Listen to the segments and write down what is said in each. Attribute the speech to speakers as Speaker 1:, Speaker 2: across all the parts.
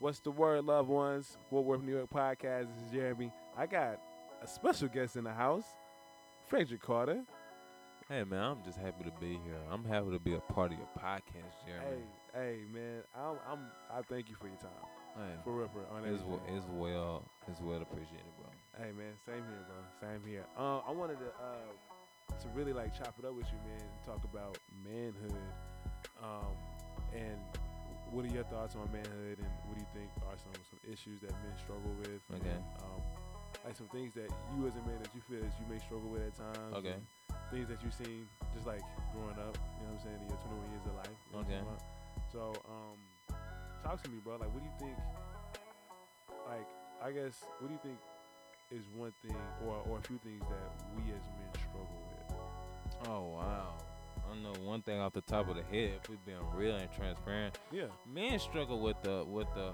Speaker 1: What's the word, loved ones? Fort Worth, New York podcast. This is Jeremy. I got a special guest in the house, Frederick Carter.
Speaker 2: Hey man, I'm just happy to be here. I'm happy to be a part of your podcast, Jeremy.
Speaker 1: Hey, hey, man, I'm, I'm, I thank you for your time.
Speaker 2: Hey,
Speaker 1: For real, for real. on
Speaker 2: it's,
Speaker 1: everything.
Speaker 2: well, it's well, it's well appreciated, bro.
Speaker 1: Hey man, same here, bro. Same here. Uh, I wanted to uh, to really like chop it up with you, man. and Talk about manhood, um, and what are your thoughts on manhood, and what do you think are some some issues that men struggle with? and,
Speaker 2: Okay.
Speaker 1: um, like some things that you as a man that you feel that you may struggle with at times.
Speaker 2: Okay.
Speaker 1: and Things that you've seen just like growing up. You know what I'm saying? In your 21 years of life. you know what I'm
Speaker 2: Okay.
Speaker 1: talking about? So, um, talk to me, bro. Like, what do you think? Like, I guess, what do you think is one thing or or a few things that we as men struggle with?
Speaker 2: Oh wow. I know one thing off the top of the head. If we've been real and transparent,
Speaker 1: Yeah.
Speaker 2: men struggle with the with the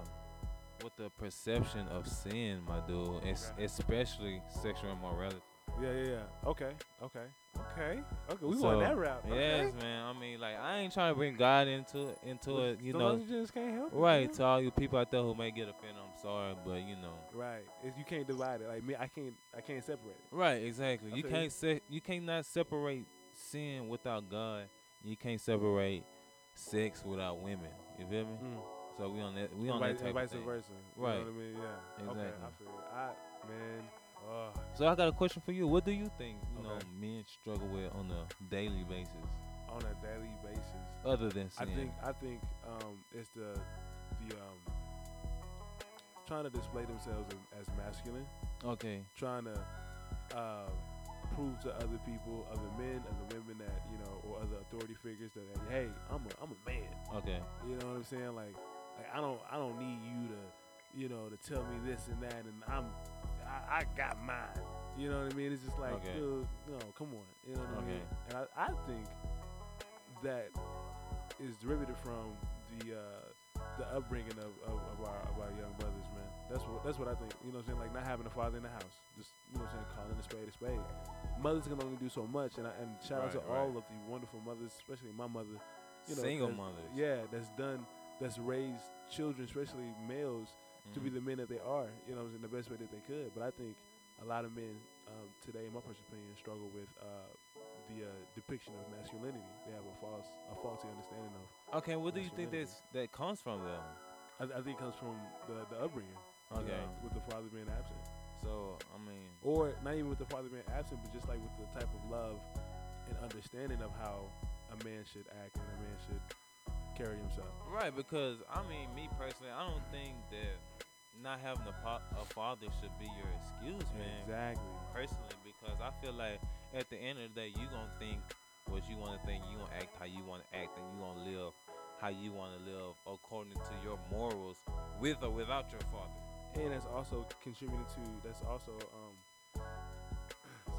Speaker 2: with the perception of sin, my dude. It's
Speaker 1: Okay.
Speaker 2: especially sexual immorality.
Speaker 1: Yeah, yeah, yeah. Okay, okay, okay, okay. We want
Speaker 2: So,
Speaker 1: that route. Okay.
Speaker 2: Yes, man. I mean, like I ain't trying to bring God into into it, you
Speaker 1: Some
Speaker 2: know.
Speaker 1: other just can't help it, you
Speaker 2: Right,
Speaker 1: know?
Speaker 2: to all you people out there who may get offended, I'm sorry, but you know.
Speaker 1: Right. It's, you can't divide it. Like me, I can't. I can't separate it.
Speaker 2: Right, exactly.
Speaker 1: I
Speaker 2: You
Speaker 1: feel you.
Speaker 2: can't se- you cannot separate sin without God. You can't separate sex without women. You feel me?
Speaker 1: Mm.
Speaker 2: So we on that we on
Speaker 1: vice,
Speaker 2: that type
Speaker 1: vice
Speaker 2: of thing.
Speaker 1: versa.
Speaker 2: Right.
Speaker 1: You know what I mean? Yeah. Okay. I
Speaker 2: Exactly.
Speaker 1: feel it. I man. Oh,
Speaker 2: So I got a question for you. What do you think you
Speaker 1: Okay.
Speaker 2: know men struggle with on a daily basis,
Speaker 1: on a daily basis.
Speaker 2: other than
Speaker 1: I
Speaker 2: sin?
Speaker 1: think I think um, it's the the um, trying to display themselves as- as masculine,
Speaker 2: okay.
Speaker 1: trying to uh, prove to other people, other men, other women that you know, or other authority figures that, that, hey, I'm a I'm a man.
Speaker 2: Okay.
Speaker 1: You know what I'm saying? Like, like I don't I don't need you to you know to tell me this and that, and I'm I, I got mine. You know what I mean? It's just like,
Speaker 2: Okay.
Speaker 1: dude, no, come on. You know what I mean?
Speaker 2: Okay.
Speaker 1: And I, I think that is derivative from the uh, the upbringing of, of, of our of our young brothers, man. That's what that's what I think. You know what I'm saying? Like not having a father in the house, just you know what I'm saying, calling a spade a spade. Mothers can only do so much, and I, and shout out to
Speaker 2: Right, right.
Speaker 1: all of the wonderful mothers, especially my mother. You know,
Speaker 2: Single
Speaker 1: that's-
Speaker 2: mothers.
Speaker 1: Yeah, that's done. That's raised children, especially males, to
Speaker 2: Mm-hmm.
Speaker 1: be the men that they are. You know, what I'm saying the best way that they could. But I think a lot of men um, today, in my personal opinion, struggle with uh, the uh, depiction of masculinity. They have a false, a faulty understanding of.
Speaker 2: Mm-hmm. Okay. What do you think
Speaker 1: Masculinity.
Speaker 2: that's that comes from though?
Speaker 1: I, I think it comes from the, the upbringing. you
Speaker 2: Okay.
Speaker 1: know, with the father being absent,
Speaker 2: So I mean.
Speaker 1: or not even with the father being absent, but just like with the type of love and understanding of how a man should act and a man should carry himself.
Speaker 2: Right, because I mean, me personally, I don't think that not having a, pa- a father should be your excuse, man.
Speaker 1: Exactly.
Speaker 2: Personally, because I feel like at the end of the day, you gonna think what you wanna think, you gonna act how you wanna act, and you gonna live how you wanna live according to your morals, with or without your father.
Speaker 1: and that's also contributing to that's also um excuse me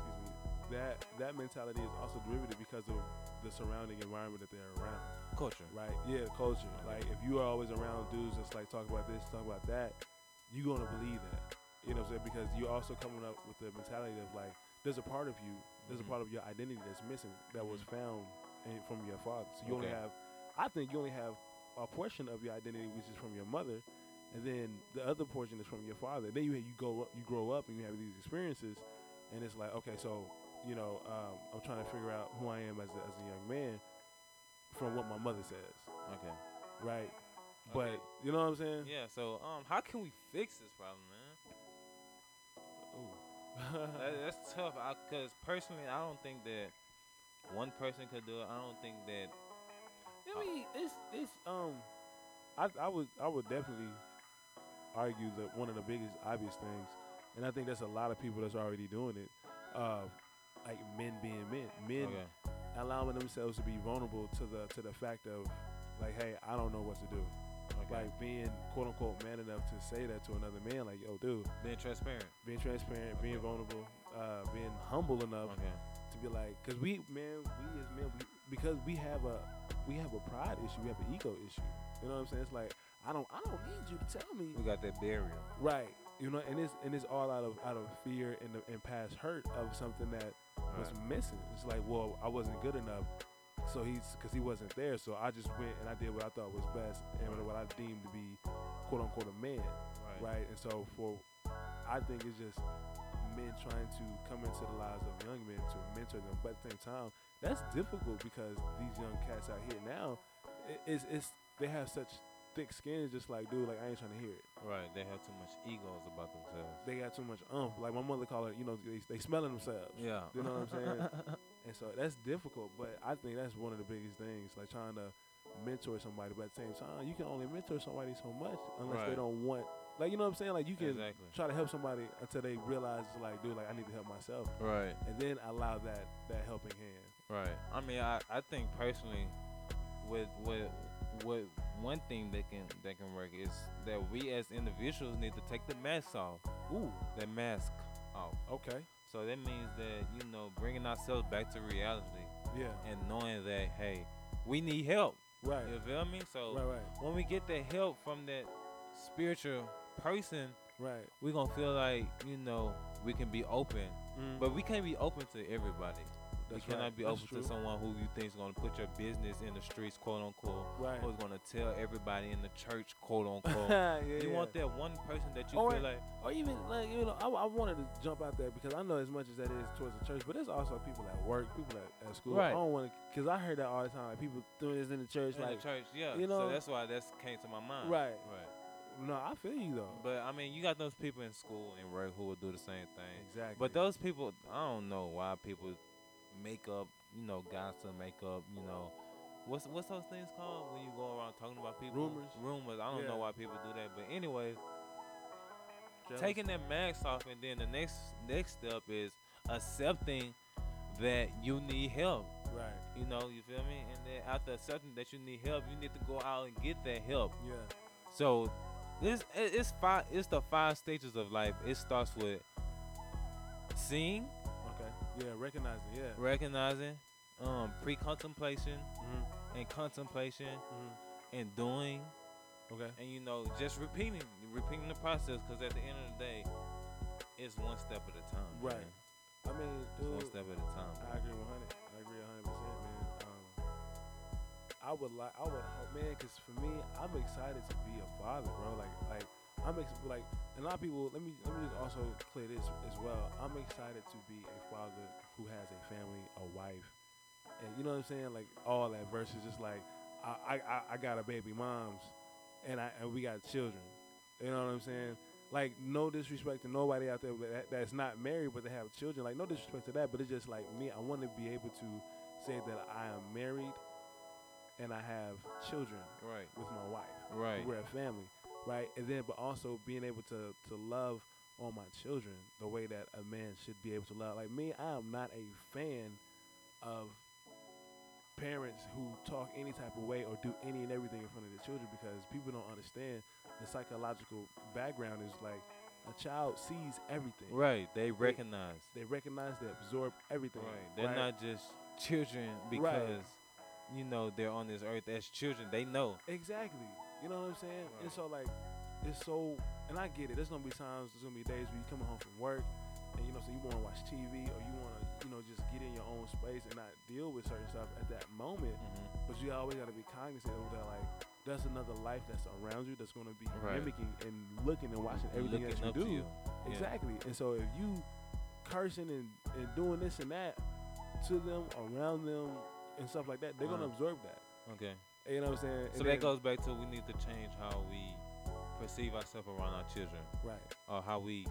Speaker 1: that that mentality is also derivative because of the surrounding environment that they're around
Speaker 2: Culture.
Speaker 1: right yeah culture like if you are always around dudes that's like talk about this talk about that you're gonna believe that you know what i'm saying because you're also coming up with the mentality of like there's a part of you there's
Speaker 2: Mhm.
Speaker 1: a part of your identity that's missing that was found in, from your father so you only
Speaker 2: Okay.
Speaker 1: have i think you only have a portion of your identity which is from your mother and then the other portion is from your father. Then you you go up- you grow up and you have these experiences, and it's like okay, so you know um, I'm trying to figure out who I am as a, as a young man from what my mother says,
Speaker 2: Okay.
Speaker 1: right? But
Speaker 2: Okay.
Speaker 1: you know what I'm saying?
Speaker 2: Yeah. So, um, how can we fix this problem, man? That,
Speaker 1: Ooh.
Speaker 2: that's tough. Because personally, I don't think that one person could do it. I don't think that
Speaker 1: I mean, it's it's um, I I would I would definitely argue that one of the biggest obvious things, and I think that's a lot of people that's already doing it, uh, like men being men, men.
Speaker 2: okay.
Speaker 1: allowing themselves to be vulnerable to the to the fact of like, hey, I don't know what to do.
Speaker 2: Okay.
Speaker 1: Like being quote unquote man enough to say that to another man, like, yo, dude,
Speaker 2: Being transparent.
Speaker 1: being transparent, being
Speaker 2: Okay.
Speaker 1: vulnerable, uh, being humble enough
Speaker 2: Okay.
Speaker 1: to be like, because we, man, we as men, we, because we have a we have a pride issue, we have an ego issue. You know what I'm saying? It's like I don't I don't need you to tell me
Speaker 2: We got that barrier.
Speaker 1: right. You know, and it's and it's all out of out of fear and and past hurt of something that was missing. It's like, well, I wasn't good enough. So he's because he wasn't there. So I just went and I did what I thought was best and
Speaker 2: Right.
Speaker 1: what I deemed to be quote unquote a man,
Speaker 2: Right.
Speaker 1: right? And so for I think it's just men trying to come into the lives of young men to mentor them, but at the same time, that's difficult because these young cats out here now, it, it's it's they have such thick skin. It's just like, dude, like I ain't trying to hear it.
Speaker 2: Right. They have too much egos about themselves.
Speaker 1: They got too much umph. Like my mother called it, you know, they they smelling themselves.
Speaker 2: Yeah.
Speaker 1: You know what I'm saying? and so that's difficult, but I think that's one of the biggest things, like trying to mentor somebody. But at the same time, you can only mentor somebody so much unless
Speaker 2: Right.
Speaker 1: they don't want, like, you know what I'm saying? Like, you can
Speaker 2: Exactly.
Speaker 1: try to help somebody until they realize, like, dude, like, I need to help myself.
Speaker 2: Right.
Speaker 1: And then allow that, that helping hand.
Speaker 2: Right. I mean, I, I think personally, with with with one thing that can that can work is that we as individuals need to take the mask off.
Speaker 1: Ooh,
Speaker 2: That mask off.
Speaker 1: okay.
Speaker 2: So that means that you know bringing ourselves back to reality
Speaker 1: Yeah.
Speaker 2: and knowing that hey, we need help.
Speaker 1: Right.
Speaker 2: You feel me? So
Speaker 1: Right, right,
Speaker 2: when we get that help from that spiritual person,
Speaker 1: right.
Speaker 2: we're gonna feel like you know we can be open,
Speaker 1: Mm.
Speaker 2: but we can't be open to everybody.
Speaker 1: That's
Speaker 2: you cannot
Speaker 1: right.
Speaker 2: be
Speaker 1: That's
Speaker 2: open
Speaker 1: true.
Speaker 2: to someone who you think is gonna put your business in the streets, quote unquote,
Speaker 1: Right.
Speaker 2: who's gonna tell everybody in the church, quote unquote.
Speaker 1: yeah, Oh, yeah.
Speaker 2: you want that one person that you
Speaker 1: Or-
Speaker 2: feel like,
Speaker 1: or even like you know, I, I wanted to jump out there because I know as much as that is towards the church, but there's also people at work, people at, at school.
Speaker 2: Right.
Speaker 1: I don't want to because I heard that all the time. Like people doing this in the church,
Speaker 2: in
Speaker 1: like
Speaker 2: the church, yeah.
Speaker 1: you know-
Speaker 2: so that's why that's came to my mind.
Speaker 1: Right.
Speaker 2: Right.
Speaker 1: no, I feel you though.
Speaker 2: But I mean, you got those people in school and work who will do the same thing.
Speaker 1: exactly.
Speaker 2: But those people, I don't know why people make up, you know, gossip, make up, you know, what's what's those things called when you go around talking about people?
Speaker 1: Rumors.
Speaker 2: Rumors. I don't know
Speaker 1: Yeah.
Speaker 2: why people do that, but anyways,
Speaker 1: Jealous.
Speaker 2: taking that mask off, and then the next next step is accepting that you need help.
Speaker 1: right.
Speaker 2: You know, you feel me? And then after accepting that you need help, you need to go out and get that help.
Speaker 1: Yeah.
Speaker 2: So this it- it's five. It's the five stages of life. It starts with seeing.
Speaker 1: Okay. Yeah. Recognizing. Yeah.
Speaker 2: recognizing, um, pre-contemplation
Speaker 1: Mm-hmm.
Speaker 2: and contemplation
Speaker 1: Mm-hmm.
Speaker 2: and doing,
Speaker 1: Okay.
Speaker 2: and you know, just repeating, repeating the process. Because at the end of the day, it's one step at a time.
Speaker 1: Right.
Speaker 2: man.
Speaker 1: I mean,
Speaker 2: It's
Speaker 1: dude,
Speaker 2: one step at a time.
Speaker 1: I agree 100. I agree 100 percent, man. Um, I would like, I would hope, man, because for me, I'm excited to be a father, bro. Like, like I'm ex- like and a lot of people. Let me let me just also clear this as well. I'm excited to be a father who has a family, a wife, and you know what I'm saying. Like all that versus just like I I, I, I got a baby mom's, and I and we got children. You know what I'm saying. Like no disrespect to nobody out there that, that's not married but they have children. Like no disrespect to that, but it's just like me. I want to be able to say that I am married and I have children
Speaker 2: Right.
Speaker 1: with my wife
Speaker 2: Right.
Speaker 1: we're a family, right? And then, but also being able to to love on my children the way that a man should be able to love. Like me, I am not a fan of parents who talk any type of way or do any and everything in front of their children because people don't understand the psychological background is like a child sees everything.
Speaker 2: Right. They recognize.
Speaker 1: They recognize, they absorb everything.
Speaker 2: Right. They're
Speaker 1: right?
Speaker 2: not just children because. You know they're on this earth as children. They know.
Speaker 1: Exactly. You know what I'm saying?
Speaker 2: Right.
Speaker 1: And so like it's so and I get it. There's gonna be times, there's gonna be days where you coming home from work and you know, so you wanna watch TV or you wanna, you know, just get in your own space and not deal with certain stuff at that moment.
Speaker 2: Mm-hmm.
Speaker 1: But you always gotta be cognizant of that like that's another life that's around you that's gonna be
Speaker 2: Right.
Speaker 1: mimicking and looking and watching everything
Speaker 2: Looking
Speaker 1: that
Speaker 2: up
Speaker 1: you do.
Speaker 2: to you. Yeah.
Speaker 1: Exactly. And so if you cursing and, and doing this and that to them, around them and stuff like that, they're gonna
Speaker 2: Mhm.
Speaker 1: absorb that.
Speaker 2: Okay.
Speaker 1: You know what I'm saying? And
Speaker 2: So that
Speaker 1: then-
Speaker 2: goes back to we need to change how we perceive ourselves around our children,
Speaker 1: right.
Speaker 2: or how we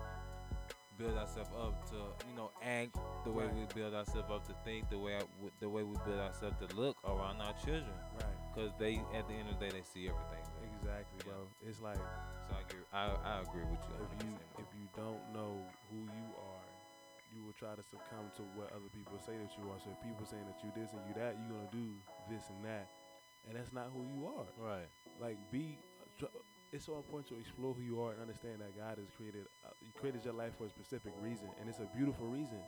Speaker 2: build ourselves up to, you know, act the way
Speaker 1: Right.
Speaker 2: we build ourselves up to think, the way I, w- the way we build ourselves to look around our children,
Speaker 1: Right.
Speaker 2: because they at the end of the day they see everything.
Speaker 1: Exactly,
Speaker 2: Yeah.
Speaker 1: bro. It's like
Speaker 2: So I agree, I, I agree with you.
Speaker 1: if you
Speaker 2: 100%.
Speaker 1: if you don't know who you are, you will try to succumb to what other people say that you are. So if people saying that you this and you that, you're gonna do this and that, and that's not who you are.
Speaker 2: right,
Speaker 1: Like be, tr- it's so important to explore who you are and understand that God has created uh, He created your life for a specific reason, and it's a beautiful reason,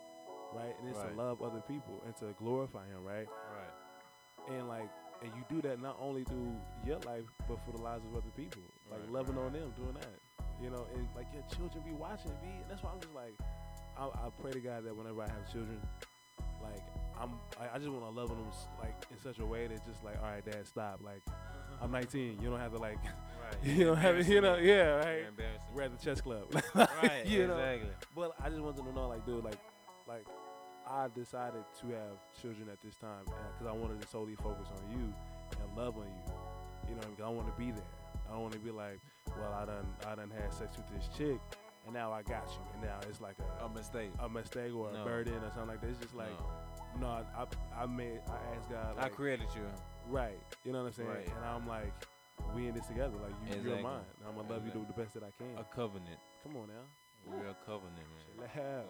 Speaker 1: right? And it's
Speaker 2: Right.
Speaker 1: to love other people and to glorify Him, right?
Speaker 2: right,
Speaker 1: and like and you do that not only through your life but for the lives of other people like
Speaker 2: Right,
Speaker 1: loving
Speaker 2: right.
Speaker 1: on them doing that you know and like your children be watching be that's why i'm just like I, I pray to god that whenever i have children like I'm I, I just want to love on them s- like in such a way that just like all right, dad, stop. Like
Speaker 2: Uh-huh.
Speaker 1: I'm 19. You don't have to like
Speaker 2: Right.
Speaker 1: you don't have you know yeah right.
Speaker 2: You're embarrassing.
Speaker 1: We're at the chess club.
Speaker 2: Right.
Speaker 1: you know?
Speaker 2: exactly.
Speaker 1: But I just wanted to know, like, dude, like, like, I decided to have children at this time because I wanted to solely focus on you and love on you. You know, what I, mean? 'Cause I want to be there. I don't want to be like, well, I done, I done had sex with this chick, and now I got you, and now it's like
Speaker 2: A
Speaker 1: a,
Speaker 2: mistake.
Speaker 1: a mistake or
Speaker 2: No.
Speaker 1: a burden or something like that. It's just like, no,
Speaker 2: No.
Speaker 1: I, I, I made, I asked God,
Speaker 2: I
Speaker 1: like,
Speaker 2: created you.
Speaker 1: right? You know what I'm saying?
Speaker 2: Right.
Speaker 1: And I'm like, we in this together. Like, you,
Speaker 2: Exactly.
Speaker 1: you're mine. And I'm gonna love you
Speaker 2: Exactly. Uh,
Speaker 1: to the best that I can.
Speaker 2: A covenant.
Speaker 1: Come on now.
Speaker 2: We're a covenant, man.
Speaker 1: Chill out.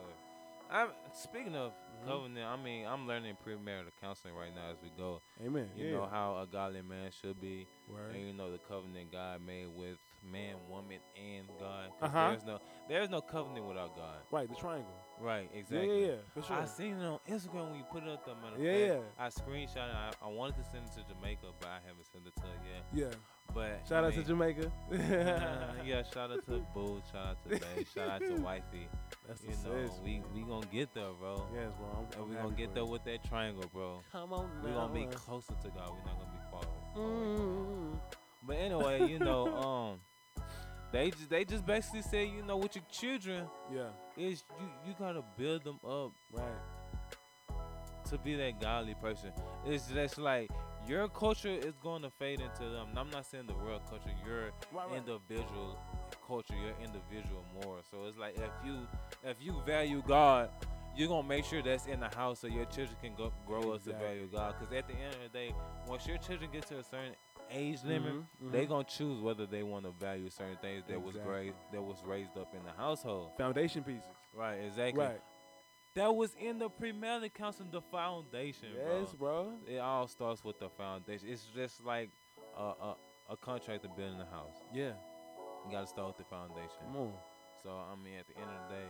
Speaker 2: I'm speaking of
Speaker 1: Mhm.
Speaker 2: covenant. I mean, I'm learning premarital counseling right now as we go.
Speaker 1: Amen.
Speaker 2: Uh, You
Speaker 1: yeah.
Speaker 2: know how a godly man should be,
Speaker 1: Word.
Speaker 2: and you know the covenant God made with man, woman, and God. 'cause
Speaker 1: Uh-huh.
Speaker 2: There's no, there's no covenant without God.
Speaker 1: Right, the triangle.
Speaker 2: Right.
Speaker 1: Yeah,
Speaker 2: Exactly.
Speaker 1: yeah, yeah, for sure.
Speaker 2: I seen it on Instagram when you put it up there, man.
Speaker 1: Yeah, yeah.
Speaker 2: I screenshot it. I, I wanted to send it to Jamaica, but I haven't sent it to her yet.
Speaker 1: yeah.
Speaker 2: But
Speaker 1: Shout
Speaker 2: I
Speaker 1: out to
Speaker 2: mean,
Speaker 1: Jamaica.
Speaker 2: yeah, shout out to Boo, shout out to Bae, shout out to Wifey.
Speaker 1: That's the
Speaker 2: You know,
Speaker 1: sis,
Speaker 2: we
Speaker 1: man.
Speaker 2: we gonna get there, bro.
Speaker 1: Yes, bro. I'm,
Speaker 2: And
Speaker 1: I'm
Speaker 2: we gonna
Speaker 1: happy
Speaker 2: get
Speaker 1: for
Speaker 2: there
Speaker 1: you.
Speaker 2: with that triangle, bro.
Speaker 1: Come on
Speaker 2: we gonna be
Speaker 1: now.
Speaker 2: closer to God. We're not gonna be far. away.
Speaker 1: Mm.
Speaker 2: But anyway, you know, um, they just they just basically say, you know, with your children
Speaker 1: Yeah,
Speaker 2: is you you gotta build them up
Speaker 1: right.
Speaker 2: to be that godly person. It's just like your culture is going to fade into them. And I'm not saying the world culture, your
Speaker 1: Right, right.
Speaker 2: individual culture, your individual moral. So it's like if you if you value God, you're gonna make sure that's in the house so your children can go, grow up to
Speaker 1: Exactly.
Speaker 2: value God. Because at the end of the day, once your children get to a certain age limit,
Speaker 1: Mhm, mhm.
Speaker 2: they gonna choose whether they want to value certain things that was
Speaker 1: Exactly.
Speaker 2: great that was raised up in the household.
Speaker 1: mm-hmm. foundation pieces.
Speaker 2: Right, exactly.
Speaker 1: Right.
Speaker 2: That was in the premarital counseling, the foundation. bro
Speaker 1: Yes, bro.
Speaker 2: it all starts with the foundation. It's just like a a, a contractor building a house.
Speaker 1: Yeah.
Speaker 2: You gotta start with the foundation.
Speaker 1: Come on.
Speaker 2: So I mean, at the end of the day,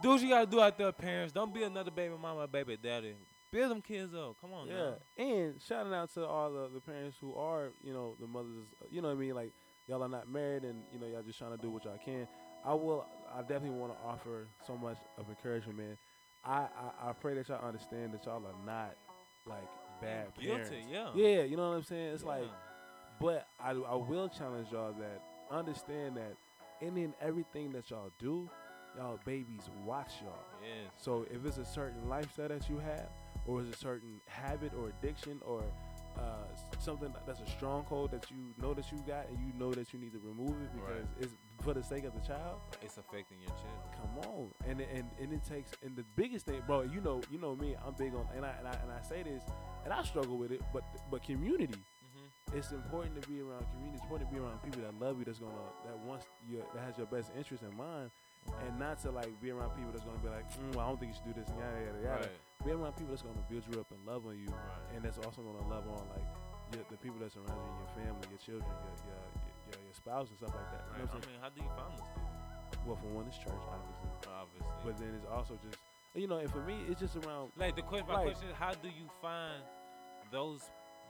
Speaker 2: do what you gotta do out there, parents. Don't be another baby mama, or baby daddy. Build them kids up. Come on,
Speaker 1: Yeah.
Speaker 2: now.
Speaker 1: And shouting out to all the, the parents who are, you know, the mothers, uh, you know what I mean? Like, y'all are not married and, you know, y'all just trying to do what y'all can. I will, I definitely want to offer so much of encouragement, man. I, I, I pray that y'all understand that y'all are not, like, bad
Speaker 2: And guilty.
Speaker 1: parents.
Speaker 2: Yeah.
Speaker 1: Yeah, you know what I'm saying? It's
Speaker 2: Yeah.
Speaker 1: like, but I, I will challenge y'all that understand that, and in everything that y'all do, y'all babies watch y'all.
Speaker 2: yes,
Speaker 1: So if it's a certain lifestyle that you have, or it's a certain habit or addiction or uh, s- something that's a stronghold that you know that you got and you know that you need to remove it because
Speaker 2: Right.
Speaker 1: it's for the sake of the child.
Speaker 2: it's affecting your children.
Speaker 1: Come on, and it- and and it takes and the biggest thing, bro. You know, you know me. I'm big on and I and I, and I say this, and I struggle with it. But but community,
Speaker 2: Mm-hmm.
Speaker 1: it's important to be around community. It's important to be around people that love you. That's gonna that wants you that has your best interest in mind, and not to like be around people that's gonna be like, mm, well, I don't think you should do this and yada yada yada.
Speaker 2: Right.
Speaker 1: Be around people that's gonna build you up and love on you,
Speaker 2: Right.
Speaker 1: and that's also gonna love on like your, the people that surround you, your family, your children, your your, your, your spouse and stuff like that. You know
Speaker 2: Right.
Speaker 1: what I'm
Speaker 2: I
Speaker 1: saying?
Speaker 2: mean, how do you find those people?
Speaker 1: Well, for one, it's church, obviously,
Speaker 2: Obviously.
Speaker 1: but then it's also just you know, and for me, it's just around
Speaker 2: Like the question, my
Speaker 1: Like-
Speaker 2: question is, how do you find those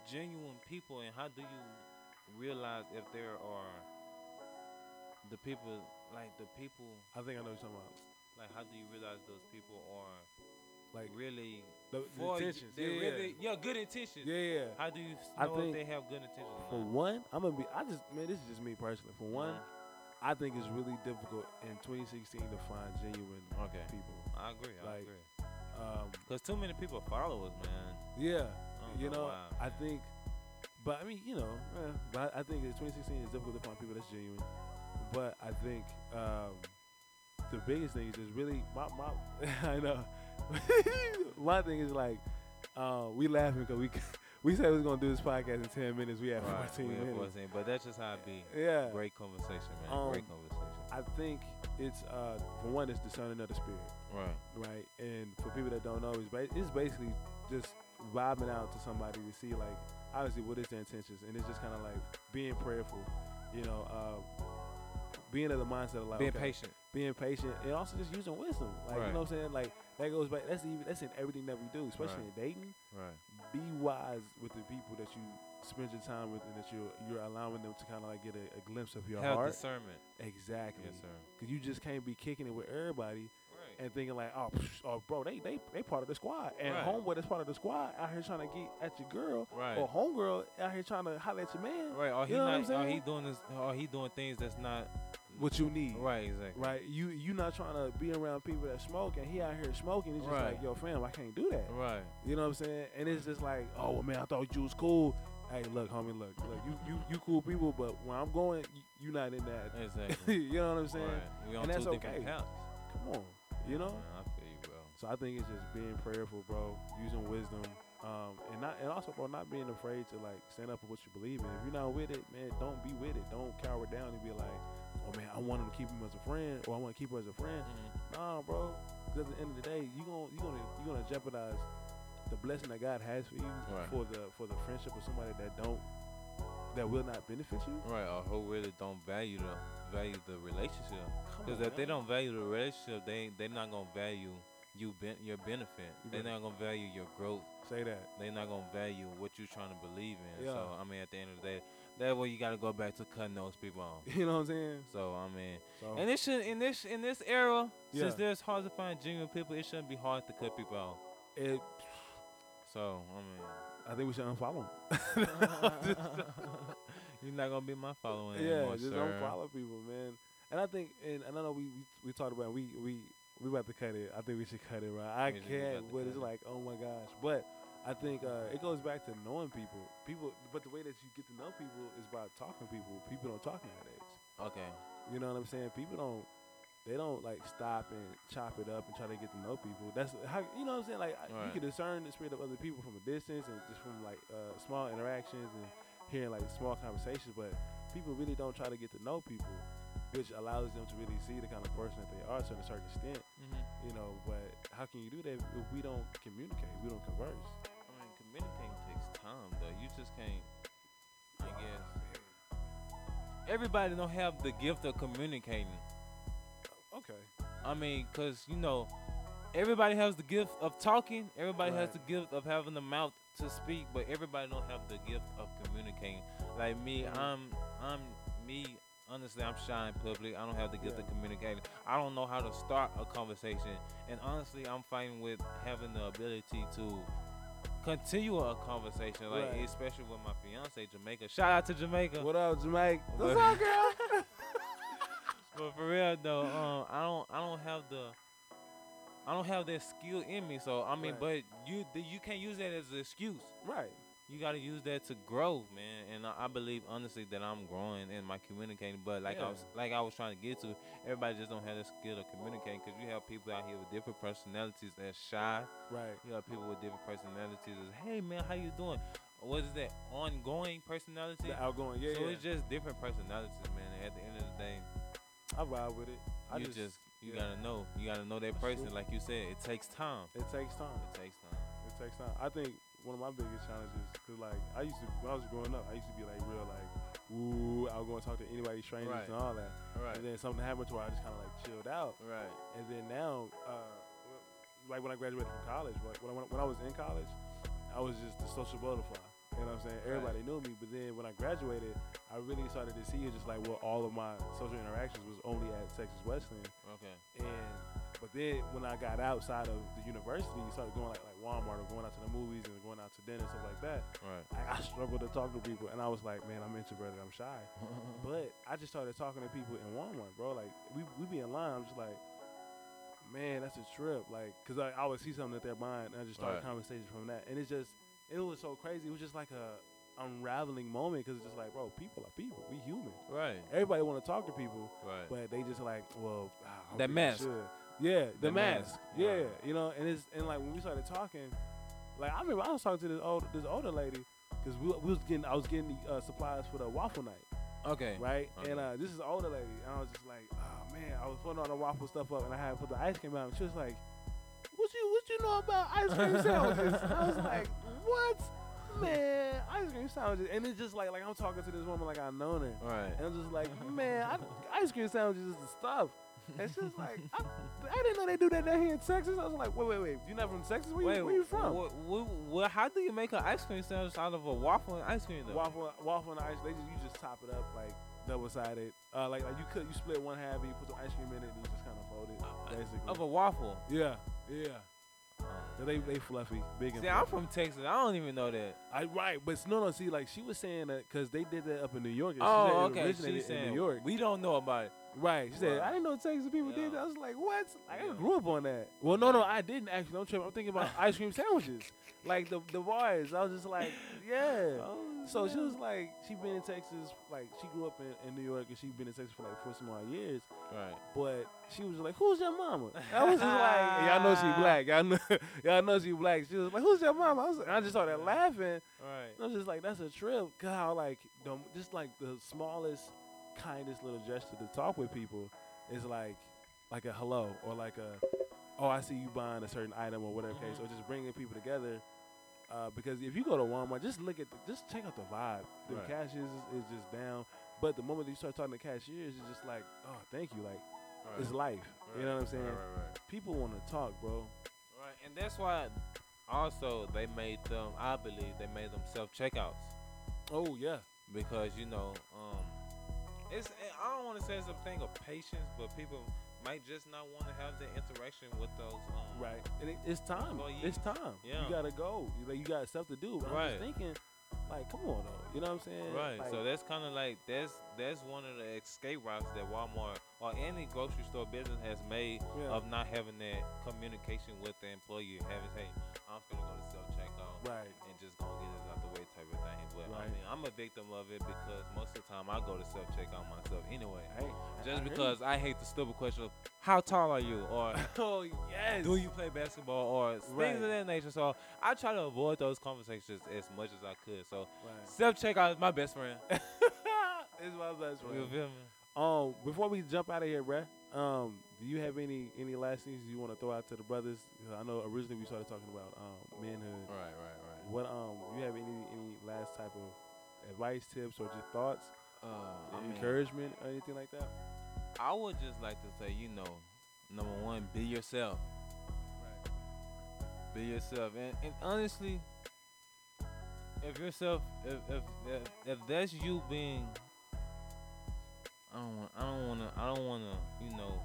Speaker 2: genuine people, and how do you realize if there are the people, like the people,
Speaker 1: I think I know what you're talking about.
Speaker 2: like how do you realize those people are
Speaker 1: Like
Speaker 2: really
Speaker 1: the, the
Speaker 2: for you?
Speaker 1: intentions.
Speaker 2: They
Speaker 1: yeah,
Speaker 2: really, yeah, good intentions.
Speaker 1: yeah, yeah, yeah.
Speaker 2: How do you s-
Speaker 1: I
Speaker 2: know if
Speaker 1: think
Speaker 2: they have good intentions?
Speaker 1: For
Speaker 2: or not?
Speaker 1: one, I'm gonna be. I just man, this is just me personally. For one,
Speaker 2: Mhm.
Speaker 1: I think it's really difficult in 2016 to find genuine
Speaker 2: okay,
Speaker 1: people.
Speaker 2: I agree. I
Speaker 1: like,
Speaker 2: agree.
Speaker 1: Um,
Speaker 2: Cause too many people follow us, man.
Speaker 1: yeah,
Speaker 2: I don't
Speaker 1: you know,
Speaker 2: why,
Speaker 1: I
Speaker 2: man.
Speaker 1: think. But I mean, you know, eh, but I, I think in 2016 it's difficult to find people that's genuine. But I think um, the biggest thing is just really my my. I know. my thing is like uh, we laughing because we we said we was gonna do this podcast in 10 minutes. We had
Speaker 2: Right,
Speaker 1: 14
Speaker 2: we at
Speaker 1: minutes.
Speaker 2: 14, but that's just how it be.
Speaker 1: Yeah.
Speaker 2: Great conversation, man.
Speaker 1: Um,
Speaker 2: Great conversation.
Speaker 1: I think it's uh, for one, it's discerning of the spirit,
Speaker 2: Right.
Speaker 1: right? And for people that don't know, it's, ba- it's basically just vibing out to somebody to see, like, obviously, what is their intentions, and it's just kind of like being prayerful, you know, uh, being of the mindset of like
Speaker 2: Being
Speaker 1: uh, okay,
Speaker 2: patient.
Speaker 1: being patient, and also just using wisdom. Like,
Speaker 2: Right.
Speaker 1: you know what I'm saying? Like that goes back. That's even that's in everything that we do, especially
Speaker 2: Right.
Speaker 1: in dating.
Speaker 2: Right.
Speaker 1: Be wise with the people that you spend your time with, and that you are you're allowing them to kind of like get a, a glimpse of your
Speaker 2: Have
Speaker 1: heart.
Speaker 2: discernment.
Speaker 1: Exactly.
Speaker 2: Yes, sir.
Speaker 1: Cause you just can't be kicking it with everybody
Speaker 2: Right.
Speaker 1: and thinking like, oh, psh, oh, bro, they they they part of the squad, and
Speaker 2: Right.
Speaker 1: homeboy that's part of the squad out here trying to get at your girl,
Speaker 2: Right.
Speaker 1: or homegirl out here trying to holler at your man,
Speaker 2: Right. Or he
Speaker 1: oh, You know what I'm
Speaker 2: not. Or he
Speaker 1: saying?
Speaker 2: doing this. Or he doing things that's not.
Speaker 1: what you need,
Speaker 2: Right. Exactly.
Speaker 1: right? You you not trying to be around people that smoke, and he out here smoking. It's just
Speaker 2: Right.
Speaker 1: like, yo, fam, I can't do that.
Speaker 2: Right.
Speaker 1: You know what I'm saying? And it's just like, oh well, man, I thought you was cool. Hey, look, homie, look, look, you you you cool people, but when I'm going, you, you not in that.
Speaker 2: Exactly.
Speaker 1: you know what I'm saying?
Speaker 2: Right. We on
Speaker 1: And that's
Speaker 2: two different
Speaker 1: okay.
Speaker 2: counts.
Speaker 1: Come on, you know.
Speaker 2: Man, I feel you, bro.
Speaker 1: So I think it's just being prayerful, bro. Using wisdom, um, and not and also, bro, not being afraid to like stand up for what you believe in. If you're not with it, man, don't be with it. Don't cower down and be like, oh man, I want him to keep him as a friend, or I want to keep her as a friend. Nah, bro. Because at the end of the day, you gonna you gonna you gonna jeopardize the blessing that God has for you
Speaker 2: Right.
Speaker 1: for the for the friendship of somebody that don't that will not benefit you.
Speaker 2: Right. Or who really don't value the value the relationship.
Speaker 1: Come
Speaker 2: Because
Speaker 1: on,
Speaker 2: if they
Speaker 1: man.
Speaker 2: don't value the relationship, they they're not gonna value you ben- your benefit.
Speaker 1: You
Speaker 2: They're
Speaker 1: bet.
Speaker 2: not gonna value your growth.
Speaker 1: say that,
Speaker 2: They're not gonna value what you're trying to believe in.
Speaker 1: Yeah.
Speaker 2: So I mean, at the end of the day, that way you gotta go back to cutting those people off.
Speaker 1: you know what I'm saying?
Speaker 2: So I mean,
Speaker 1: So
Speaker 2: and it should in this in this era,
Speaker 1: Oh. Yeah.
Speaker 2: since there's hard to find genuine people, it shouldn't be hard to cut people off.
Speaker 1: it,
Speaker 2: So I
Speaker 1: I think we should unfollow. 'em.
Speaker 2: mean, you're not gonna be my following
Speaker 1: Yeah,
Speaker 2: anymore,
Speaker 1: just
Speaker 2: sir.
Speaker 1: unfollow people, man. And I think, and, and I know we, we we talked about we we we about to cut it. I think we should cut it, right? I
Speaker 2: We should- we about
Speaker 1: can't,
Speaker 2: to
Speaker 1: but
Speaker 2: cut
Speaker 1: it's
Speaker 2: it.
Speaker 1: like, oh my gosh. But I think uh, it goes back to knowing people. People, but the way that you get to know people is by talking to people. People don't talk nowadays.
Speaker 2: Okay.
Speaker 1: You know what I'm saying? People don't they don't like stop and chop it up and try to get to know people. That's how you know what I'm saying. Like I you
Speaker 2: Right.
Speaker 1: can discern the spirit of other people from a distance and just from like uh, small interactions and hearing like small conversations. But people really don't try to get to know people, which allows them to really see the kind of person that they are to a certain extent.
Speaker 2: Mm-hmm.
Speaker 1: You know, but how can you do that if we don't communicate? We don't converse.
Speaker 2: I mean, communicating takes time, though. You just can't. I guess everybody don't have the gift of communicating.
Speaker 1: Okay.
Speaker 2: I mean, cause you know, everybody has the gift of talking. Everybody has
Speaker 1: Right.
Speaker 2: the gift of having the mouth to speak, but everybody don't have the gift of communicating. Like me,
Speaker 1: Mhm.
Speaker 2: I'm, I'm me. Honestly, I'm shy in public. I don't have the gift
Speaker 1: Yeah.
Speaker 2: of communicating. I don't know how to start a conversation, and honestly, I'm fighting with having the ability to continue a conversation. Like
Speaker 1: Right.
Speaker 2: especially with my fiance, Jamaica. Shout out to Jamaica.
Speaker 1: What up, Jamaica? What's
Speaker 2: What's What-
Speaker 1: up, girl?
Speaker 2: But for real though, um, I don't, I don't have the, I don't have that skill in me. So I mean,
Speaker 1: Right.
Speaker 2: but you, th- you can't use that as an excuse.
Speaker 1: right.
Speaker 2: You gotta use that to grow, man. And I, I believe honestly that I'm growing in my communicating. But like I
Speaker 1: Yeah.
Speaker 2: was, like I was trying to get to, everybody just don't have the skill of communicating because you have people out here with different personalities that's shy.
Speaker 1: Right.
Speaker 2: You have people with different personalities that's, hey man, how you doing? What is that ongoing personality?
Speaker 1: The outgoing. Yeah.
Speaker 2: so
Speaker 1: yeah.
Speaker 2: it's just different personalities, man. And at the end of the day
Speaker 1: I ride with it. I
Speaker 2: you just, you
Speaker 1: yeah.
Speaker 2: gotta know you gotta know that
Speaker 1: That's
Speaker 2: person
Speaker 1: true.
Speaker 2: like you said it takes time
Speaker 1: It takes time.
Speaker 2: it takes time
Speaker 1: It takes time. I think one of my biggest challenges, cause like I used to when I was growing up, I used to be like real like, ooh, I was going to talk to anybody, strangers
Speaker 2: Right.
Speaker 1: and all that.
Speaker 2: right
Speaker 1: And then something happened to where I just kind of like chilled out.
Speaker 2: right
Speaker 1: And then now, uh, like when I graduated from college, like when I, when I was in college, I was just the social butterfly. You know what I'm saying?
Speaker 2: Right.
Speaker 1: Everybody knew me. But then when I graduated, I really started to see it just like well, all of my social interactions was only at Texas Wesleyan.
Speaker 2: okay
Speaker 1: And but then when I got outside of the university, you started going like like Walmart or going out to the movies and going out to dinner and stuff like that.
Speaker 2: right
Speaker 1: Like I struggled to talk to people, and I was like, man, I'm introverted, I'm shy. But I just started talking to people in Walmart, bro. Like we we be in line, I'm just like, man, that's a trip. Like, cause I, I would see something that they're buying, and I just started
Speaker 2: Right.
Speaker 1: conversation from that, and it's just it was so crazy. It was just like a unraveling moment, cause it's just like, bro, people are people. We human.
Speaker 2: right
Speaker 1: Everybody want to talk to people,
Speaker 2: right
Speaker 1: but they just like, well, ah, I don't
Speaker 2: That
Speaker 1: think I
Speaker 2: mask.
Speaker 1: should. Yeah, the,
Speaker 2: The
Speaker 1: mask.
Speaker 2: mask,
Speaker 1: Yeah,
Speaker 2: right.
Speaker 1: you know, and it's and like when we started talking, like I remember I was talking to this old this older lady because we, we was getting I was getting the uh, supplies for the waffle night,
Speaker 2: okay
Speaker 1: right?
Speaker 2: Okay.
Speaker 1: And uh, this is an older lady, and I was just like, oh man, I was putting all the waffle stuff up, and I had put the ice cream out, and she was like, what you what you know about ice cream sandwiches? I was like, what? Man, ice cream sandwiches, and it's just like like I'm talking to this woman like I've known her,
Speaker 2: right
Speaker 1: and I'm just like,
Speaker 2: Uh-huh.
Speaker 1: man, I, ice cream sandwiches is the stuff. And she's like, I, I didn't know they do that down here in Texas. I was like, wait, wait, wait, you not from Texas? Where, you, where you from?
Speaker 2: wh- wh- wh- how do you make an ice cream sandwich out of a waffle and ice cream though
Speaker 1: waffle, waffle and ice. They just you just top it up like double sided. Uh, like like you could you split one half, and you put some ice cream in it, and you just kind of fold it.
Speaker 2: Uh,
Speaker 1: Basically.
Speaker 2: Of a waffle.
Speaker 1: yeah, yeah.
Speaker 2: Um,
Speaker 1: Yeah, They they fluffy, big and
Speaker 2: See, I'm
Speaker 1: fluffy.
Speaker 2: from Texas. I don't even know that.
Speaker 1: I right, but s- no, no. See, like she was saying that because they did that up in New York. and she
Speaker 2: Oh,
Speaker 1: said it
Speaker 2: okay.
Speaker 1: originated
Speaker 2: She's saying
Speaker 1: in New York.
Speaker 2: we don't know about it.
Speaker 1: Right. She said,
Speaker 2: Wow.
Speaker 1: I didn't know Texas people did that.
Speaker 2: Yeah.
Speaker 1: I was like, what? Like, I
Speaker 2: Yeah.
Speaker 1: grew up on that. Well, no, no, I didn't actually. Don't trip. I'm thinking about ice cream sandwiches, like the the bars. I was just like, yeah.
Speaker 2: Oh,
Speaker 1: So she
Speaker 2: yeah.
Speaker 1: was like, she been in Texas, like she grew up in, in New York, and she been in Texas for like four some odd years.
Speaker 2: right.
Speaker 1: But she was like, "Who's your mama?" I was just like, "Y'all know she black. Y'all know, y'all know she black." She was like, "Who's your mama?" I was, I just started laughing.
Speaker 2: Right.
Speaker 1: And I was just like, that's a trip. God, how, like the just like the smallest, kindest little gesture to talk with people is like like a hello or like a oh I see you buying a certain item or whatever
Speaker 2: Mm-hmm.
Speaker 1: case or just bringing people together. Uh, because if you go to Walmart, just look at the, just check out the vibe. The
Speaker 2: Right.
Speaker 1: cashiers is, is just down, but the moment that you start talking to cashiers, it's just like oh thank you, like
Speaker 2: right.
Speaker 1: it's life. You know what I'm saying?
Speaker 2: Right, right, right.
Speaker 1: People want to talk, bro.
Speaker 2: Right, and that's why also they made them. I believe they made them self checkouts
Speaker 1: Oh yeah,
Speaker 2: because you know, um, it's. I don't want to say it's a thing of patience, but people might just not want to have the interaction with those. Um,
Speaker 1: Right. And it, it's time.
Speaker 2: Employees.
Speaker 1: It's time.
Speaker 2: Yeah.
Speaker 1: You gotta go. You, like, you got stuff to do. But I'm
Speaker 2: Right.
Speaker 1: just thinking, like, come on though. You know what I'm saying?
Speaker 2: Right,
Speaker 1: Like,
Speaker 2: so that's kind of like that's that's one of the escape routes that Walmart or any grocery store business has made
Speaker 1: yeah.
Speaker 2: of not having that communication with the employee. Having hey, I'm finna go to self checkout.
Speaker 1: right.
Speaker 2: and just gonna get it out the way type of thing. But I
Speaker 1: Right.
Speaker 2: mean, I'm a victim of it because most of the time I go to self check on myself anyway.
Speaker 1: Hey, I- I
Speaker 2: Just
Speaker 1: hear
Speaker 2: because I hate the stupid question of how tall are you or
Speaker 1: you. oh yes.
Speaker 2: do you play basketball or
Speaker 1: Right.
Speaker 2: things of that nature. So I try to avoid those conversations as much as I could. So
Speaker 1: Right.
Speaker 2: self checkout is my best friend.
Speaker 1: it's my best
Speaker 2: You
Speaker 1: friend.
Speaker 2: feel me?
Speaker 1: Um, before we jump out of here, bruh, um, do you have any any last things you want to throw out to the brothers? 'Cause I know originally we started talking about um manhood.
Speaker 2: Right, right,
Speaker 1: What um, you have any any last type of advice, tips, or just thoughts,
Speaker 2: right. Um,
Speaker 1: encouragement, or anything like that?
Speaker 2: I would just like to say, you know, number one, be yourself.
Speaker 1: Right.
Speaker 2: Be yourself. And, and honestly, if yourself, if, if if if that's you being, I don't want, I don't want to, I don't want to, you know,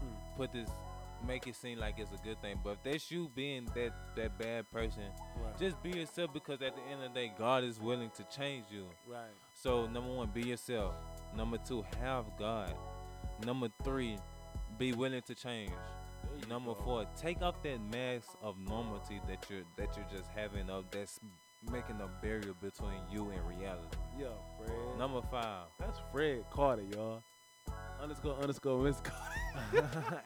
Speaker 1: Hmm.
Speaker 2: put this, make it seem like it's a good thing. But if that's you being that that bad person,
Speaker 1: Right.
Speaker 2: just be yourself because at the end of the day, God is willing to change you.
Speaker 1: right.
Speaker 2: So number one, be yourself. Number two, have God. Number three, be willing to change.
Speaker 1: There you
Speaker 2: Number
Speaker 1: go.
Speaker 2: four, take off that mask of normalcy that you're that you're just having of that's making a barrier between you and reality.
Speaker 1: Yo, Fred.
Speaker 2: Number five,
Speaker 1: That's Fred Carter, y'all. Underscore underscore underscore.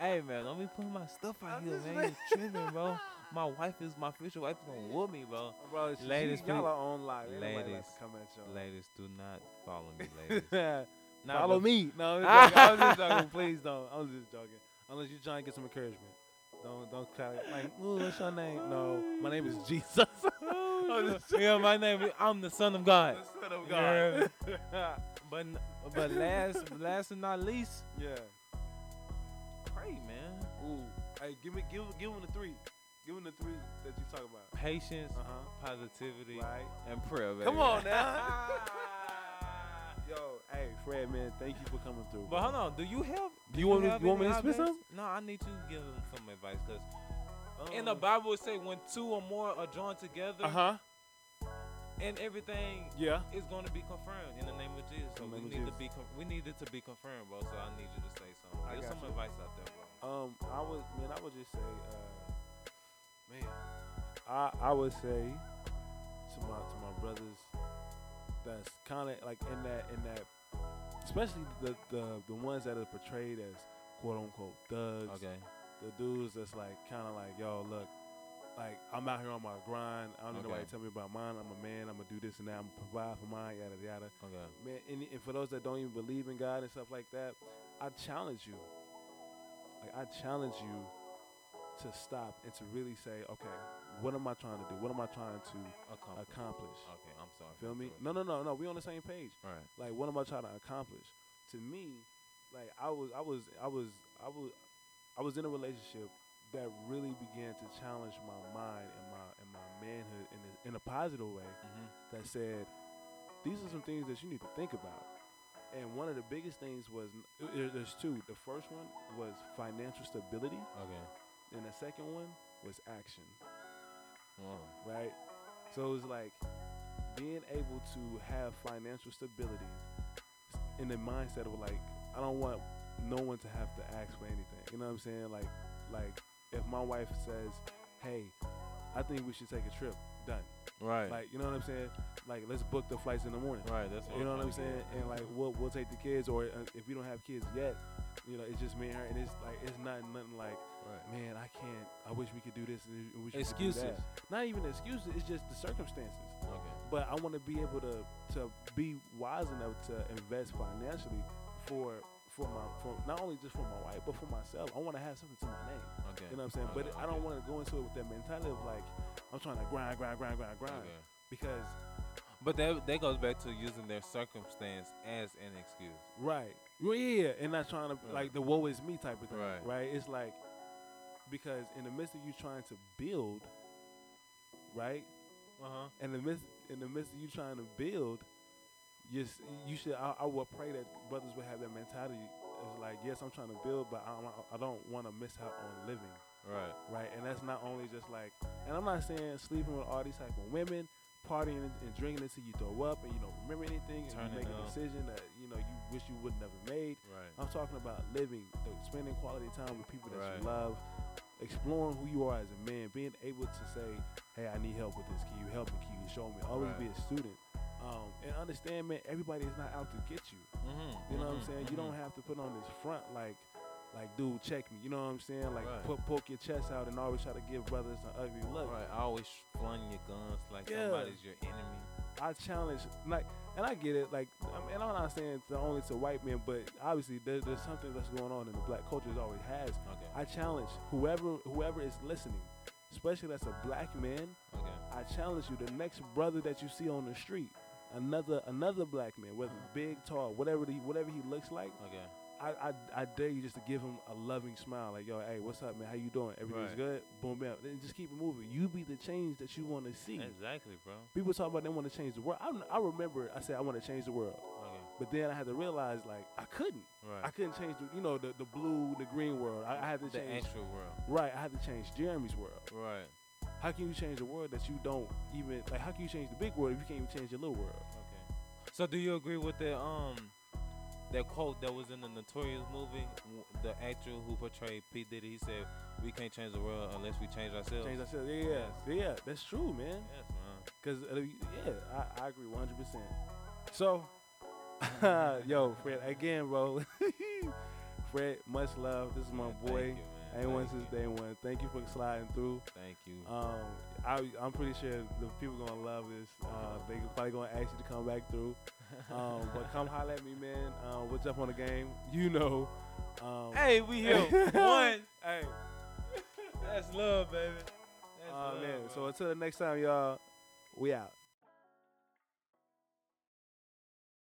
Speaker 2: hey man, don't be putting my stuff out
Speaker 1: I'm
Speaker 2: here,
Speaker 1: just
Speaker 2: man.
Speaker 1: like-
Speaker 2: You tripping, bro? My wife is my future wife is gonna whoop me, bro.
Speaker 1: Bro, she-
Speaker 2: Ladies,
Speaker 1: she- y'all
Speaker 2: please-
Speaker 1: are on live. Ain't nobody like
Speaker 2: ladies,
Speaker 1: to come at y'all.
Speaker 2: Ladies, do not follow me, ladies. Nah,
Speaker 1: Follow
Speaker 2: but-
Speaker 1: me. No, I'm just joking. I was just joking. Please don't. I was just joking. Unless you're trying to get some encouragement. Don't don't try to like, ooh, what's your name? No, my name is Jesus. I'm just joking.
Speaker 2: yeah, my name is I'm the son of God.
Speaker 1: The Son of
Speaker 2: Yeah.
Speaker 1: God.
Speaker 2: But but last last and not least,
Speaker 1: yeah.
Speaker 2: pray, man.
Speaker 1: Ooh. Hey, give me give give him the three. Give him the three that you talk about.
Speaker 2: Patience,
Speaker 1: Uh huh.
Speaker 2: positivity,
Speaker 1: Right.
Speaker 2: and prayer, baby.
Speaker 1: Come on now. Yo, hey, Fred, man, thank you for coming through.
Speaker 2: But
Speaker 1: bro.
Speaker 2: hold on, do you have?
Speaker 1: Do you want me?
Speaker 2: have
Speaker 1: You want me
Speaker 2: any
Speaker 1: to spit
Speaker 2: advice?
Speaker 1: some?
Speaker 2: No, I need you to give them some advice because in
Speaker 1: Uh,
Speaker 2: the Bible it say when two or more are joined together,
Speaker 1: Uh-huh.
Speaker 2: and everything
Speaker 1: Yeah.
Speaker 2: is going to be confirmed in the name of Jesus. So
Speaker 1: In the name
Speaker 2: we
Speaker 1: of
Speaker 2: need to
Speaker 1: Jesus.
Speaker 2: be con- we need it to be confirmed, bro. So I need you to say
Speaker 1: I
Speaker 2: something. Give
Speaker 1: got
Speaker 2: some
Speaker 1: you.
Speaker 2: advice out there, bro.
Speaker 1: Um, I would, man, I would just say, uh, man, I I would say to my to my brothers that's kind of like in that in that, especially the the the ones that are portrayed as quote unquote thugs.
Speaker 2: Okay.
Speaker 1: the dudes that's like kind of like, yo, look, like I'm out here on my grind. I don't need
Speaker 2: Okay.
Speaker 1: nobody to tell me about mine. I'm a man. I'm gonna do this and that. I'm gonna provide for mine. Yada yada.
Speaker 2: Okay.
Speaker 1: Man, and, and for those that don't even believe in God and stuff like that, I challenge you. Like I challenge you to stop and to really say, okay, what am I trying to do? What am I trying to
Speaker 2: Accomplish.
Speaker 1: accomplish?
Speaker 2: Okay. I'm sorry.
Speaker 1: Feel me? No, no, no, no. We on the same page
Speaker 2: All right.
Speaker 1: like what am I trying to accomplish? To me, like I was I was I was I was I was in a relationship that really began to challenge my mind and my and my manhood in a, in a positive way
Speaker 2: Mm-hmm.
Speaker 1: that said these are some things that you need to think about. And one of the biggest things was uh, there- there's two. The first one was financial stability,
Speaker 2: Okay.
Speaker 1: and the second one was action.
Speaker 2: Wow.
Speaker 1: Right. So it was like being able to have financial stability in the mindset of like I don't want no one to have to ask for anything. You know what I'm saying? Like like if my wife says, "Hey, I think we should take a trip." Done.
Speaker 2: Right.
Speaker 1: Like you know what I'm saying? Like let's book the flights in the morning.
Speaker 2: right. That's
Speaker 1: You know what I'm
Speaker 2: trying to get
Speaker 1: saying?
Speaker 2: at.
Speaker 1: And like we'll we'll take the kids, or uh, if we don't have kids yet, you know, it's just me and her, and it's like it's not nothing like,
Speaker 2: Right.
Speaker 1: man, I can't. I wish we could do this. And I wish we could do
Speaker 2: Excuses.
Speaker 1: that." Not even excuses. It's just the circumstances.
Speaker 2: Okay.
Speaker 1: But I want to be able to to be wise enough to invest financially for for my for not only just for my wife but for myself. I want to have something to my name.
Speaker 2: Okay.
Speaker 1: You know what I'm saying? But
Speaker 2: Okay,
Speaker 1: I don't
Speaker 2: okay,
Speaker 1: want to go into it with that mentality of like I'm trying to grind, grind, grind, grind, grind
Speaker 2: okay.
Speaker 1: because
Speaker 2: But that that goes back to using their circumstance as an excuse.
Speaker 1: Right. Well, yeah, and not trying to
Speaker 2: Right.
Speaker 1: like the woe is me type of thing.
Speaker 2: Right.
Speaker 1: Right. It's like because in the midst of you trying to build, right?
Speaker 2: Uh huh.
Speaker 1: In the midst in the midst of you trying to build, you s- you should I, I would pray that brothers would have that mentality. It's like yes, I'm trying to build, but I don't, I don't want to miss out on living,
Speaker 2: Right.
Speaker 1: right? And that's not only just like, and I'm not saying sleeping with all these type of women, partying and, and drinking until you throw up and you don't remember anything, and
Speaker 2: Turning
Speaker 1: you make
Speaker 2: up.
Speaker 1: a decision that you know you wish you would never made.
Speaker 2: Right.
Speaker 1: I'm talking about living, the- spending quality time with people that
Speaker 2: Right.
Speaker 1: you love, exploring who you are as a man, being able to say, "Hey, I need help with this. Can you help me? Can you show me?" Always
Speaker 2: Right.
Speaker 1: be a student, um, and understand, man. Everybody is not out to get you.
Speaker 2: Mm-hmm.
Speaker 1: You know what I'm saying? You don't have to put on this front like, like, dude, check me. You know what I'm saying? Like,
Speaker 2: Right.
Speaker 1: put poke your chest out and always try to give brothers an ugly look.
Speaker 2: Right. Always flung your guns like
Speaker 1: Yeah.
Speaker 2: somebody's your enemy.
Speaker 1: I challenge like, and I get it. Like, I mean, and I'm not saying it's only to white men, but obviously there, there's something that's going on in the black culture. It always has.
Speaker 2: Okay.
Speaker 1: I challenge whoever whoever is listening, especially that's a black man.
Speaker 2: Okay.
Speaker 1: I challenge you. The next brother that you see on the street, another another black man, whether big, tall, whatever the, whatever he looks like,
Speaker 2: Okay.
Speaker 1: I, I I dare you just to give him a loving smile, like yo, hey, what's up, man? How you doing? Everything's
Speaker 2: Right.
Speaker 1: good. Boom, bam. Then just keep it moving. You be the change that you want to see.
Speaker 2: Exactly, bro.
Speaker 1: People talk about they want to change the world. I, I remember I said I want to change the world,
Speaker 2: Okay.
Speaker 1: but then I had to realize like I couldn't.
Speaker 2: Right.
Speaker 1: I couldn't change the you know the, the blue, the green world. I, I had to
Speaker 2: the
Speaker 1: change
Speaker 2: actual world.
Speaker 1: Right, I had to change Jeremy's world.
Speaker 2: Right.
Speaker 1: How can you change the world that you don't even like? How can you change the big world if you can't even change your little world?
Speaker 2: Okay. So do you agree with the um that quote that was in the Notorious movie? W- The actor who portrayed P Diddy, he said, "We can't change the world unless we change ourselves."
Speaker 1: Change ourselves. Yeah, yeah, yeah, yeah. That's true, man.
Speaker 2: Yes, man.
Speaker 1: Cause uh, yeah, I, I agree 100. percent So, yo, Fred, again, bro. Fred, much love. This is my
Speaker 2: Man,
Speaker 1: boy.
Speaker 2: Thank you, man.
Speaker 1: I ain't won since
Speaker 2: Thank you.
Speaker 1: day one. Thank you for sliding through.
Speaker 2: Thank you.
Speaker 1: Um, I, I'm pretty sure the people gonna love this. Uh, they probably gonna ask you to come back through. Um, but come holler at me, man. Um, what's up on the game? You know. Um,
Speaker 2: hey, we here. One. Hey, that's love, baby. That's
Speaker 1: oh,
Speaker 2: love,
Speaker 1: uh, man.
Speaker 2: bro.
Speaker 1: So until the next time, y'all, we out.